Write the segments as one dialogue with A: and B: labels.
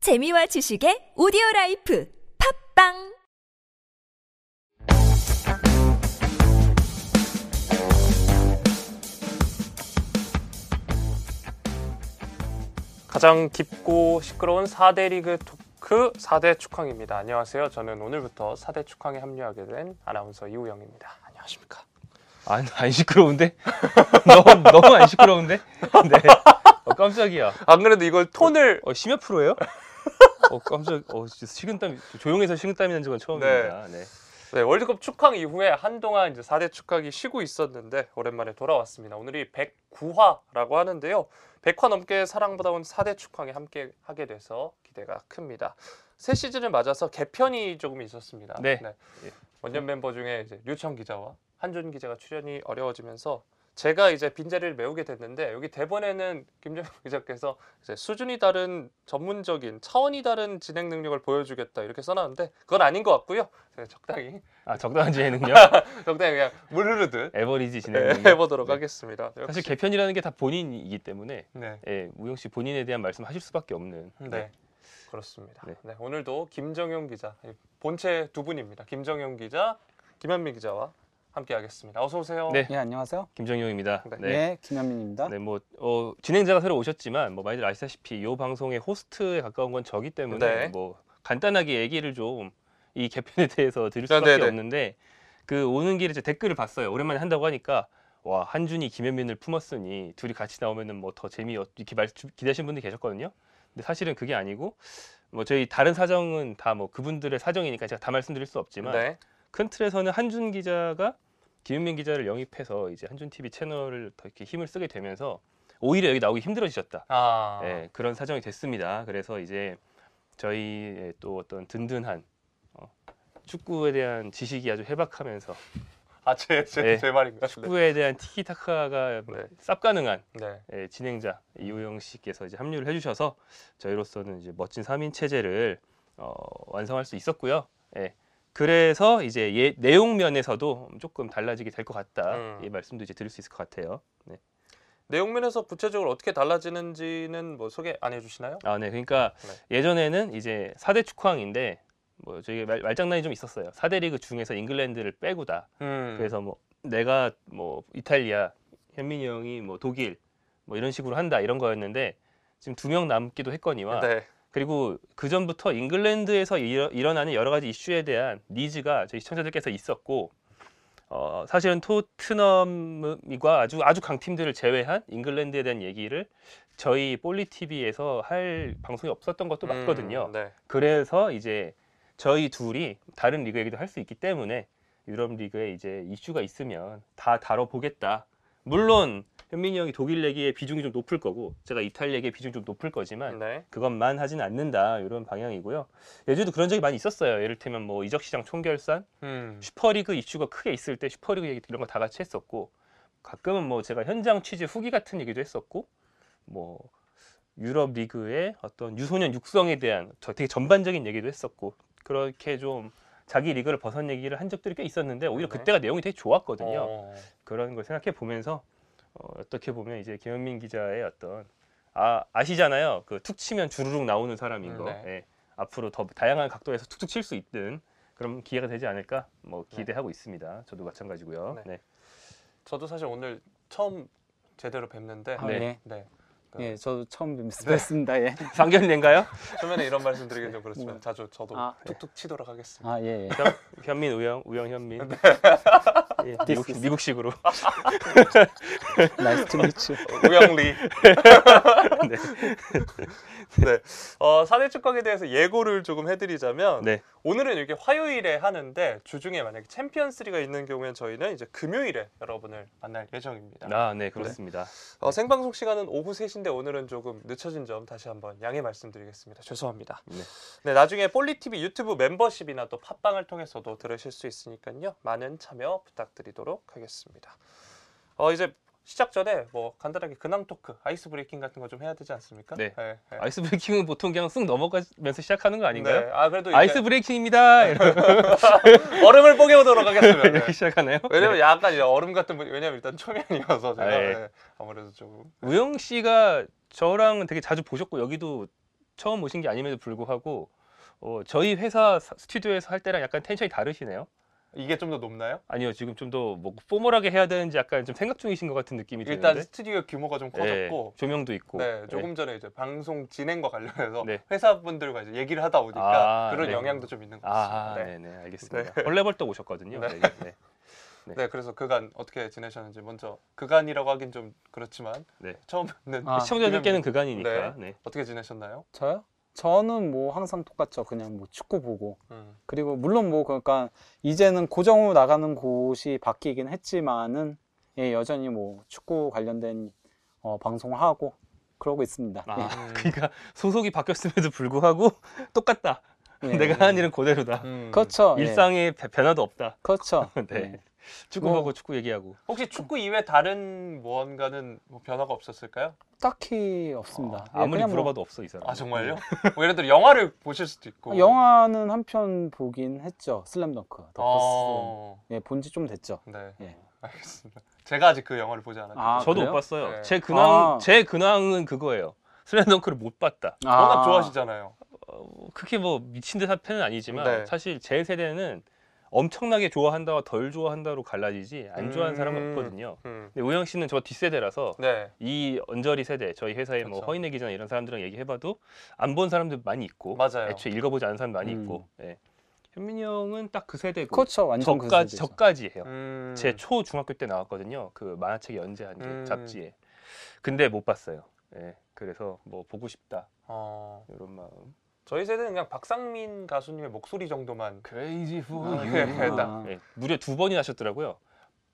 A: 재미와 지식의 오디오 라이프 팝빵
B: 가장 깊고 시끄러운 4대 리그 토크 4대 축항입니다. 안녕하세요. 저는 오늘부터 4대 축항에 합류하게 된 아나운서 이우영입니다. 안녕하십니까?
C: 안, 안 시끄러운데? 너무, 너무 안 시끄러운데? 네. 어, 깜짝이야.
B: 안 그래도 이걸 톤을
C: 어, 심야 프로예요? 어, 깜짝, 어, 진짜 식은땀, 조용해서 식은땀이 난 적은 처음입니다. 네.
B: 네, 월드컵 축항 이후에 한동안 이제 4대 축항이 쉬고 있었는데 오랜만에 돌아왔습니다. 오늘이 109화라고 하는데요. 100화 넘게 사랑받아온 4대 축항에 함께 하게 돼서 기대가 큽니다. 새 시즌을 맞아서 개편이 조금 있었습니다.
C: 네. 예.
B: 원년 멤버 중에 이제 류청 기자와 한준 기자가 출연이 어려워지면서 제가 이제 빈자리를 메우게 됐는데 여기 대본에는 김정일 기자께서 이제 수준이 다른 전문적인 차원이 다른 진행 능력을 보여주겠다 이렇게 써놨는데 그건 아닌 것 같고요. 제가 적당히
C: 아, 적당한 지혜는요?
B: 적당히 그냥 물 흐르듯
C: 에버리지
B: 네,
C: 진행. 력
B: 해보도록 하겠습니다.
C: 사실 개편이라는 게 다 본인이기 때문에,
B: 네,
C: 예, 우영 씨 본인에 대한 말씀하실 수밖에 없는.
B: 네. 그렇습니다. 네.
C: 네.
B: 오늘도 김정용 기자 본체 두 분입니다. 김정용 기자, 김현민 기자와 함께하겠습니다. 어서 오세요.
C: 네.
D: 예, 안녕하세요.
C: 김정용입니다.
B: 네.
D: 네, 김현민입니다.
C: 네, 뭐 어, 진행자가 새로 오셨지만 뭐 많이들 아시다시피 이 방송의 호스트에 가까운 건 저기 때문에
B: 네.
C: 뭐 간단하게 얘기를 좀 이 개편에 대해서 드릴
B: 네,
C: 수밖에
B: 네, 네.
C: 없는데 그 오는 길에 이제 댓글을 봤어요. 오랜만에 한다고 하니까 와 한준이 김현민을 품었으니 둘이 같이 나오면은 뭐 더 재미 이렇게 말 기대하신 분들이 계셨거든요. 근데 사실은 그게 아니고 뭐 저희 다른 사정은 다 뭐 그분들의 사정이니까 제가 다 말씀드릴 수 없지만
B: 네.
C: 큰 틀에서는 한준 기자가 김윤민 기자를 영입해서 이제 한준 TV 채널을 더 이렇게 힘을 쓰게 되면서 오히려 여기 나오기 힘들어지셨다.
B: 아,
C: 예, 그런 사정이 됐습니다. 그래서 이제 저희의 또 어떤 든든한 어, 축구에 대한 지식이 아주 해박하면서
B: 아, 제, 제,
C: 네.
B: 제 말인가?
C: 축구에 대한 티키타카가
B: 네.
C: 쌉 가능한
B: 네.
C: 예, 진행자 이우영 씨께서 이제 합류를 해주셔서 저희로서는 이제 멋진 3인 체제를 어, 완성할 수 있었고요. 예, 그래서 이제 예, 내용 면에서도 조금 달라지게 될 것 같다
B: 음.
C: 이 말씀도 이제 드릴 수 있을 것 같아요. 네.
B: 내용면에서 구체적으로 어떻게 달라지는지는 뭐 소개 안 해주시나요?
C: 아, 네. 그러니까 예전에는 이제 4대 축구왕인데 뭐 저희 말, 말장난이 좀 있었어요. 4대 리그 중에서 잉글랜드를 빼고다.
B: 음.
C: 그래서 뭐 내가 뭐 이탈리아 현민이 형이 뭐 독일 뭐 이런 식으로 한다 이런 거였는데 지금 두 명 남기도 했거니와
B: 네.
C: 그리고 그 전부터 잉글랜드에서 일어, 일어나는 여러 가지 이슈에 대한 니즈가 저희 시청자들께서 있었고 어, 사실은 토트넘과 아주 아주 강팀들을 제외한 잉글랜드에 대한 얘기를 저희 볼리 TV에서 할 방송이 없었던 것도 맞거든요.
B: 음, 네.
C: 그래서 이제 저희 둘이 다른 리그 얘기도 할 수 있기 때문에 유럽 리그에 이제 이슈가 있으면 다 다뤄보겠다. 물론 현민이 형이 독일 얘기의 비중이 좀 높을 거고 제가 이탈리아 얘기의 비중이 좀 높을 거지만
B: 네.
C: 그것만 하진 않는다 이런 방향이고요. 예전에도 그런 적이 많이 있었어요. 예를 들면 뭐 이적 시장 총결산,
B: 음.
C: 슈퍼리그 이슈가 크게 있을 때 슈퍼리그 얘기 이런 거 다 같이 했었고 가끔은 뭐 제가 현장 취재 후기 같은 얘기도 했었고 뭐 유럽 리그의 어떤 유소년 육성에 대한 저 되게 전반적인 얘기도 했었고 그렇게 좀 자기 리그를 벗은 얘기를 한 적들이 꽤 있었는데 오히려
B: 네.
C: 그때가 내용이 되게 좋았거든요.
B: 어.
C: 그런 걸 생각해 보면서 어, 어떻게 보면 이제 김현민 기자의 어떤 아 아시잖아요 그 툭 치면 주르륵 나오는 사람인 거
B: 네.
C: 예. 앞으로 더 다양한 각도에서 툭툭 칠 수 있는 그런 기회가 되지 않을까 뭐 기대하고 있습니다 저도 마찬가지고요
B: 네. 저도 사실 오늘 처음 제대로 뵙는데
D: 아,
C: 네.
D: 예.
B: 네.
D: 예, 저도 처음 뵙습니다. 예.
C: 상견례인가요
B: 초면에 이런 말씀 드리긴 좀 그렇지만 자주 저도
D: 아.
B: 네. 툭툭 치도록 하겠습니다.
D: 아, 예, 예.
C: 현민 우영 우영 현민
B: 네.
C: 예,
D: This is-
C: 미국, 식으로
B: 아,
D: 나이스 투 미츠.
B: 우영리. 네. 어, 사대 축구에 대해서 예고를 조금 해드리자면
C: 네
B: 오늘은 이렇게 화요일에 하는데 주중에 만약에 챔피언스리가 있는 경우에는 저희는 이제 금요일에 여러분을 만날 예정입니다.
C: 아, 네, 그렇습니다
B: 어, 생방송 시간은 오후 3시인데 오늘은 조금 늦춰진 점 다시 한번 양해 말씀드리겠습니다. 죄송합니다. 네.
C: 네.
B: 나중에 볼리TV 유튜브 멤버십이나 또 팟빵을 통해서도 들으실 수 있으니까요. 많은 참여 부탁드리도록 하겠습니다. 어, 이제 시작 전에 뭐 간단하게 근황 토크, 아이스 브레이킹 같은 거 좀 해야 되지 않습니까?
C: 네.
B: 네, 네.
C: 아이스 브레이킹은 보통 그냥 쓱 넘어가면서 시작하는 거 아닌가요
B: 네. 아, 그래도 이제
C: 아이스 브레이킹입니다 이렇게
B: 얼음을 뽀개보도록 하겠습니다. 네.
C: 시작하나요
B: 왜냐면 약간 이제 얼음 같은 분, 왜냐면 일단 초면이어서 제가
C: 아, 예.
B: 네, 아무래도 조금
C: 우영 씨가 저랑 되게 자주 보셨고 여기도 처음 오신 게 아님에도 불구하고 어, 저희 회사 사- 스튜디오에서 할 때랑 약간 텐션이 다르시네요.
B: 이게 좀 더 높나요?
C: 아니요, 지금 좀 더 뭐 포멀하게 해야 되는지 약간 좀 생각 중이신 것 같은 느낌이
B: 일단
C: 드는데.
B: 스튜디오 규모가 좀
C: 예,
B: 커졌고
C: 조명도 있고.
B: 네,
C: 예.
B: 조금 전에 이제 방송 진행과 관련해서
C: 네.
B: 회사분들과 이제 얘기를 하다 오니까
C: 아,
B: 그런
C: 네.
B: 영향도 좀 있는 것 같습니다.
C: 아,
B: 네.
C: 네, 네, 알겠습니다. 벌레벌떡 오셨거든요.
B: 네.
C: 네, 네. 네.
B: 네, 그래서 그간 어떻게 지내셨는지 먼저 그간이라고 하긴 좀 그렇지만
C: 네.
B: 처음 뵙는
D: 아,
C: 시청자들께는
B: 김현민.
C: 그간이니까. 네.
B: 어떻게 지내셨나요?
D: 저요? 저는 뭐 항상 똑같죠. 그냥 뭐 축구 보고
B: 음,
D: 그리고 물론 뭐 그러니까 이제는 고정으로 나가는 곳이 바뀌긴 했지만은 예, 여전히 뭐 축구 관련된 어, 방송을 하고 그러고 있습니다.
C: 아,
B: 음.
C: 그러니까 소속이 바뀌었음에도 불구하고 똑같다.
D: 예.
C: 내가 한 일은 그대로다.
B: 네. 음.
D: 그렇죠. 예.
C: 일상의 배- 변화도 없다.
D: 그렇죠.
C: 네.
D: 예.
C: 축구하고
D: 뭐-
C: 축구 얘기하고.
B: 혹시 축구 이외 다른 무언가는 뭐 변화가 없었을까요?
D: 딱히 없습니다.
C: 어,
D: 예,
C: 아무리
D: 그냥 뭐
C: 물어봐도 없어 이 사람.
B: 아 정말요? 뭐 예를 들어 영화를 보실 수도 있고
D: 아, 영화는 한 편 보긴 했죠. 슬램덩크.
C: 아,
D: 더
B: 어,
D: 예, 본지 좀 됐죠.
B: 네,
D: 예.
B: 알겠습니다. 제가 아직 그 영화를 보지 않았는데
D: 아,
C: 저도
D: 그래요?
C: 못 봤어요.
B: 네.
C: 제 근황
D: 아.
C: 제 근황은 그거예요. 슬램덩크를 못 봤다.
B: 워낙
D: 아,
B: 좋아하시잖아요.
C: 어, 그렇게 뭐 미친 듯한 팬은 아니지만
B: 네.
C: 사실 제 세대는 엄청나게 좋아한다와 덜 좋아한다로 갈라지지 안 좋아하는 사람은
B: 음.
C: 없거든요.
B: 음.
C: 근데 우영 씨는 저 뒷세대라서
B: 네,
C: 이 언저리 세대 저희 회사에 뭐
B: 그렇죠.
C: 허인애 기자나 이런 사람들이랑 얘기해봐도 안 본 사람들 많이 있고
B: 맞아요.
C: 뭐? 애초에 읽어보지 않은 사람 많이
D: 음.
C: 있고 예. 현민이 형은 딱 그 세대고
D: 그렇죠. 완전 그
C: 저까지
D: 세대죠.
C: 저까지 해요.
B: 음.
C: 제 초 중학교 때 나왔거든요. 그 만화책 연재한 게
B: 음.
C: 잡지에. 근데 못 봤어요. 예. 그래서 뭐 보고 싶다
B: 어,
C: 이런 마음.
B: 저희 세대는 그냥 박상민 가수님의 목소리 정도만
C: Crazy for
D: 아,
C: you.
B: 예,
D: 나-
C: 예, 무려 두 번이나
B: 어,
C: 하셨더라고요.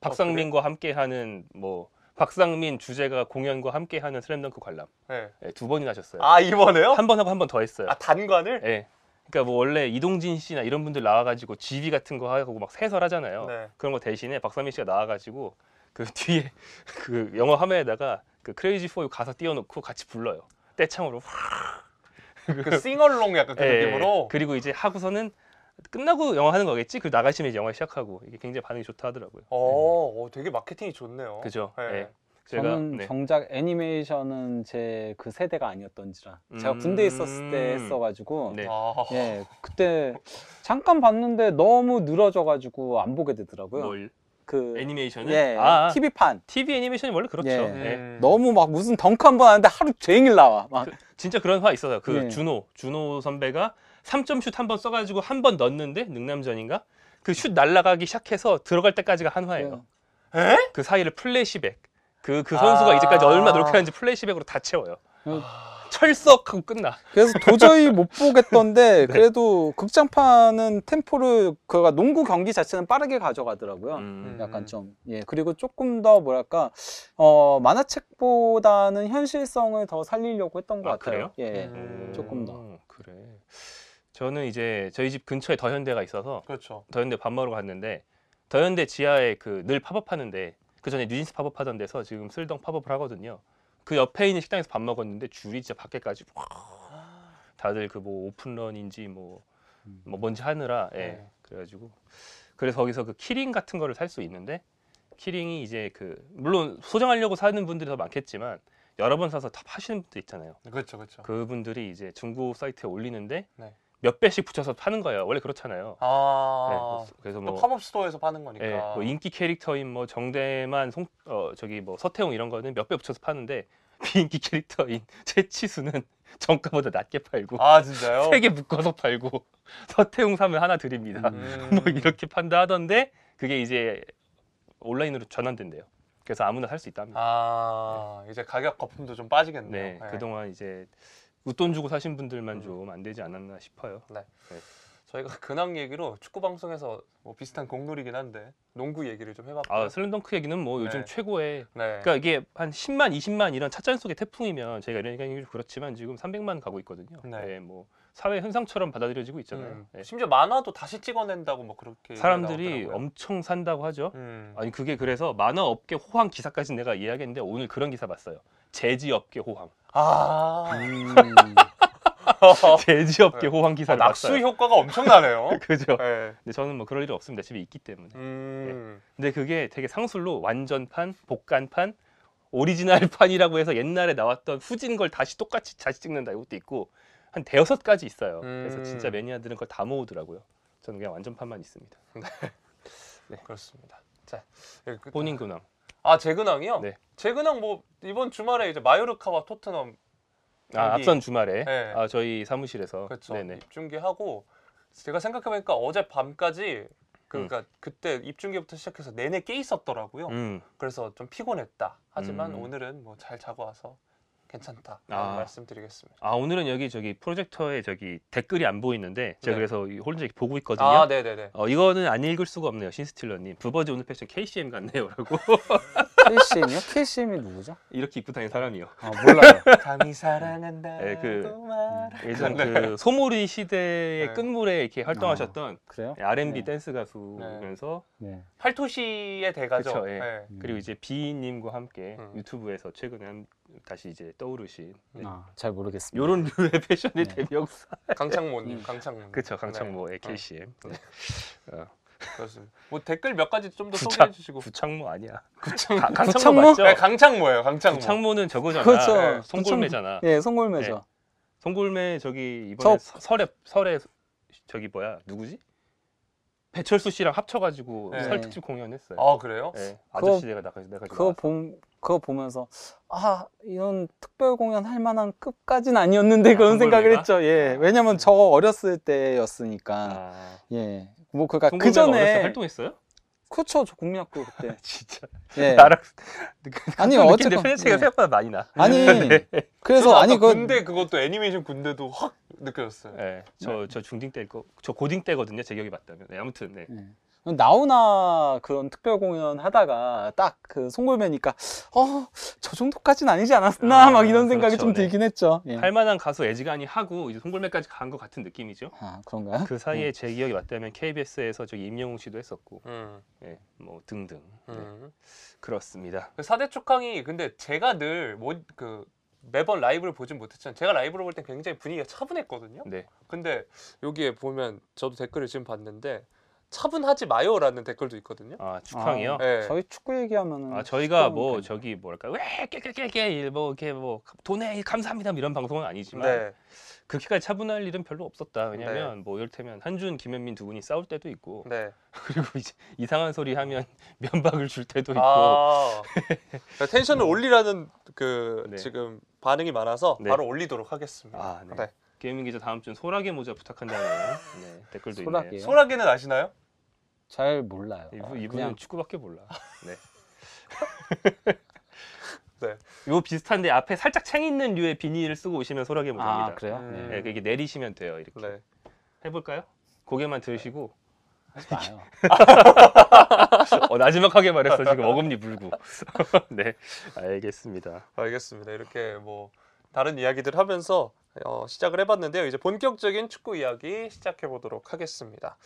C: 박상민과 함께하는 뭐 박상민 주제가 공연과 함께하는 슬램덩크 관람.
B: 네.
C: 예, 두 번이나 하셨어요.
B: 아 이번에요?
C: 한 번 하고 한 번 더 했어요.
B: 아 단관을?
C: 예. 그러니까 뭐 원래 이동진 씨나 이런 분들 나와가지고 지휘 같은 거 하고 막 해설하잖아요.
B: 네.
C: 그런 거 대신에 박상민 씨가 나와가지고 그 뒤에 그 영어 화면에다가 그 크레이지 포유 가사 띄워놓고 같이 불러요. 떼창으로 확
B: 그 싱얼롱 약간 그
C: 예,
B: 느낌으로.
C: 그리고 이제 하고서는 끝나고 영화 하는 거겠지. 그리고 나가시면 이제 영화 시작하고 이게 굉장히 반응이 좋다 하더라고요.
B: 어, 어, 되게 마케팅이 좋네요.
C: 네. 그죠.
B: 예.
C: 예. 제가
D: 저는
C: 네.
D: 정작 애니메이션은 제 그 세대가 아니었던지라 제가 군대에 있었을
C: 음.
D: 때 했어가지고
C: 네.
B: 아,
D: 예 그때 잠깐 봤는데 너무 늘어져가지고 안 보게 되더라고요.
C: 뭘
D: 그
C: 뭐, 애니메이션은
D: 예
C: 아, TV,
D: TV 판
C: 애니메이션이 원래 그렇죠.
D: 예.
C: 예.
B: 음.
D: 너무 막 무슨 덩크 한 번 하는데 하루 종일 나와 막
C: 진짜 그런 화 있어요. 그
D: 예.
C: 준호, 준호 선배가 3점슛 한 번 써가지고 한 번 넣었는데 능남전인가? 그 슛 날아가기 시작해서 들어갈 때까지가 한 화예요.
B: 에?
C: 그 사이를 플래시백. 그, 그 선수가
B: 아.
C: 이제까지 얼마나 노력했는지 플래시백으로 다 채워요.
D: 어.
C: 철썩하고 끝나.
D: 그래서 도저히 못
C: 네.
D: 보겠던데 그래도 극장판은 템포를 그가 농구 경기 자체는 빠르게 가져가더라고요.
B: 음.
D: 약간 좀 예 그리고 조금 더 뭐랄까 어 만화책보다는 현실성을 더 살리려고 했던 것
C: 아,
D: 같아요. 예.
B: 음.
D: 조금 더.
C: 그래. 저는 이제 저희 집 근처에 더현대가 있어서
B: 그렇죠.
C: 더현대 밥 먹으러 갔는데 더현대 지하에 그 늘 팝업하는데 그 전에 뉴진스 팝업하던 데서 지금 슬덩 팝업을 하거든요. 그 옆에 있는 식당에서 밥 먹었는데 줄이 진짜 밖에까지 와. 다들 그 뭐 오픈런인지 뭐, 뭐 뭔지 하느라 예.
B: 음. 네.
C: 그래가지고 그래서 거기서 그 키링 같은 거를 살 수 있는데 키링이 이제 그 물론 소장하려고 사는 분들이 더 많겠지만 여러 번 사서 다 파시는 분들 있잖아요.
B: 그렇죠, 그렇죠.
C: 그분들이 이제 중고 사이트에 올리는데
B: 네.
C: 몇 배씩 붙여서 파는 거예요. 원래 그렇잖아요.
B: 아,
C: 네, 그래서
B: 또
C: 뭐
B: 팝업 스토어에서 파는 거니까.
C: 예, 뭐 인기 캐릭터인 뭐 정대만, 송, 어, 저기 뭐 서태웅 이런 거는 몇 배 붙여서 파는데 비인기 캐릭터인 최치수는 정가보다 낮게 팔고
B: 아 진짜요?
C: 세 개 묶어서 팔고 서태웅 사면 하나 드립니다.
B: 음.
C: 뭐 이렇게 판다 하던데 그게 이제 온라인으로 전환된대요. 그래서 아무나 살 수 있답니다.
B: 아 이제 가격 거품도 좀 빠지겠네요.
C: 네,
B: 예.
C: 그동안 이제 웃돈 주고 사신 분들만
B: 음.
C: 좀 안 되지 않았나 싶어요.
B: 저희가 근황 얘기로 축구 방송에서 뭐 비슷한 공놀이긴 한데 농구 얘기를 좀 해봤고요.
C: 아, 슬램덩크 얘기는 뭐 요즘
B: 네.
C: 최고의
B: 네.
C: 그러니까 이게 한 10만, 20만 이런 찻잔 속의 태풍이면 저희가 이런 얘기하기 좀 그렇지만 지금 300만 가고 있거든요.
B: 네.
C: 예, 뭐 사회 현상처럼 받아들여지고 있잖아요.
B: 음.
C: 예.
B: 심지어 만화도 다시 찍어낸다고 뭐 그렇게
C: 사람들이
B: 얘기가 나오더라고요.
C: 엄청 산다고 하죠.
B: 음.
C: 아니 그게 그래서 만화 업계 호황 기사까지 내가 이해하겠는데 오늘 그런 기사 봤어요. 제지 업계 호황.
B: 아,
D: 음.
C: 제지 업계 호황
B: 어? 아,
C: 기사를
B: 낙수
C: 봤어요.
B: 효과가 엄청나네요.
C: 그죠.
B: 네.
C: 근데 저는 뭐 그럴 일이 없습니다. 집에 있기 때문에.
B: 음.
C: 근데 그게 되게 상술로 완전판, 복간판, 오리지널판이라고 해서 옛날에 나왔던 후진 걸 다시 똑같이 다시 찍는다 이것도 있고 한 대여섯 가지 있어요. 그래서
B: 음.
C: 진짜 매니아들은 그걸 다 모으더라고요. 저는 그냥 완전판만 있습니다.
B: 그렇습니다. 자, 여기 끝-
C: 본인 근황.
B: 아, 제 근황이요?
C: 네.
B: 제 근황 뭐 이번 주말에 이제 마요르카와 토트넘
C: 아,
B: 여기.
C: 앞선 주말에
B: 네.
C: 아, 저희 사무실에서
B: 그렇죠.
C: 네네.
B: 입중계하고 제가 생각해보니까 어제 밤까지 그러니까 그때 입중계부터 시작해서 내내 깨 있었더라고요.
C: 음.
B: 그래서 좀 피곤했다. 하지만
C: 음.
B: 오늘은 뭐 잘 자고 와서 괜찮다.
C: 아.
B: 라는 말씀드리겠습니다.
C: 아 오늘은 여기 저기 프로젝터에 저기 댓글이 안 보이는데 제가
B: 네.
C: 그래서 이 혼자 이렇게 보고 있거든요.
B: 아, 네, 네, 네.
C: 어, 이거는 안 읽을 수가 없네요. 신스틸러님. 부버즈 오늘 패션 KCM 같네요라고
D: KCM이요? KCM이 누구죠?
C: 이렇게 입고 다니는 사람이요.
D: 아, 몰라요. 음,
B: 감히 사랑한다.
C: 예, 그-
B: 말.
C: 예전 그 소모리 시대의
B: 네.
C: 끝물에 이렇게 활동하셨던
D: 그래요?
C: R&B
D: 네.
C: 댄스 가수면서
D: 네.
B: 팔토시의 대가죠.
C: 그쵸, 예.
B: 예.
D: 음.
C: 그리고 이제 비님과 함께
B: 음.
C: 유튜브에서 최근에 한, 다시 이제 떠오르신 네.
D: 아, 잘 모르겠습니다.
C: 요런 류의 패션의
D: 네.
C: 대명사.
B: 예. 강창모님,
D: 음.
B: 강창모.
C: 그쵸 강창모 의 KCM. 네.
B: 그렇습니다. 뭐 댓글 몇 가지 좀 더
C: 부창.
B: 소개해 주시고.
C: 구창모 아니야.
B: 구창모.
C: 가- 강창모,
D: 구창모?
C: 맞죠?
B: 네, 강창모예요. 강창모.
C: 구창모는 저거잖아. 네,
D: 그렇죠.
B: 예,
C: 송골매잖아.
D: 예, 송골매죠.
C: 네. 송골매 저기 이번에
D: 저-
C: 서- 설에 설에 저기 뭐야 누구지? 배철수 씨랑 합쳐가지고
B: 네.
C: 설 특집 공연했어요.
B: 아 그래요?
C: 예,
D: 그거-
C: 아저씨 내가 나가 내가
D: 그거 봄 그거 보면서 아 이런 특별 공연 할 만한 급까진 아니었는데
C: 아,
D: 그런 생각을
C: 송골매가?
D: 했죠. 예,
C: 아.
D: 왜냐면 저 어렸을 때였으니까.
C: 아,
D: 예, 뭐 그니까
C: 송골매가
D: 그
C: 어렸을 때
D: 전에
C: 활동했어요?
D: 그쵸 저 국민학교 그때.
C: 진짜
D: 예.
C: 나랑
D: 아니,
C: 어쨌든
D: 어쨌건-
C: 편차가
D: 네.
C: 생각보다 많이 나.
D: 아니
C: 네.
D: 그래서
B: 저도
D: 아니
B: 아까
D: 그
B: 군대 그것도 애니메이션 군대도 확 느껴졌어요.
C: 예, 저저 중딩 때고 저 고딩 때거든요. 제 기억이 맞다면. 네, 아무튼 네.
D: 예. 나오나 그런 특별 공연 하다가 딱 그 송골매니까 어 저 정도까진 아니지 않았나
C: 아,
D: 막 이런 생각이
C: 그렇죠.
D: 좀
C: 네.
D: 들긴 했죠. 예.
C: 할 만한 가수 애지간히 하고 이제 송골매까지 간 것 같은 느낌이죠.
D: 아 그런가요?
C: 그 사이에 제 기억이 맞다면 KBS에서 저기 임영웅 씨도 했었고,
B: 음.
C: 예, 뭐 등등. 네,
B: 음.
C: 그렇습니다.
B: 사대 초캉이 근데 제가 늘뭐그 매번 라이브를 보진 못했지만 제가 라이브로 볼 땐 굉장히 분위기가 차분했거든요.
C: 네.
B: 근데 여기에 보면 저도 댓글을 지금 봤는데 차분하지 마요라는 댓글도 있거든요.
C: 아 축항이요.
D: 아,
B: 네.
D: 저희 축구 얘기하면은
C: 아 저희가 뭐
D: 축구하니까요.
C: 저기 뭐랄까 왜 깨깨깨깨 뭐 이렇게 뭐 돈에 감사합니다 뭐 이런 방송은 아니지만
B: 네.
C: 그렇게까지 차분할 일은 별로 없었다 왜냐면 뭐 이를테면 한준 김현민 두 분이 싸울 때도 있고
B: 네.
C: 그리고 이제 이상한 소리 하면 면박을 줄 때도 있고 뭐.
B: 아. 그러니까 텐션을 올리라는 그
C: 네.
B: 지금 반응이 많아서
C: 네.
B: 바로 올리도록 하겠습니다.
C: 아, 네.
B: 네.
C: 게이밍 기자 다음 주는 소라게 모자 부탁한다는 네, 댓글도
D: 소라게요?
C: 있네요.
B: 소라게는 아시나요?
D: 잘 몰라요.
C: 이분, 이분은
D: 아, 그냥
C: 축구밖에 몰라. 네.
B: 네.
C: 요 비슷한데 앞에 살짝 챙 있는 류의 비닐을 쓰고 오시면 소라게 모자입니다.
D: 아 그래요?
B: 음.
D: 네.
C: 네, 이게 내리시면 돼요. 이렇게
B: 네.
C: 해볼까요? 고개만 들으시고
D: 하지 마요.
C: 어, 나지막하게 말했어 지금 어금니 물고 네 알겠습니다
B: 알겠습니다. 이렇게 뭐 다른 이야기들 하면서 어, 시작을 해봤는데요. 이제 본격적인 축구 이야기 시작해 보도록 하겠습니다.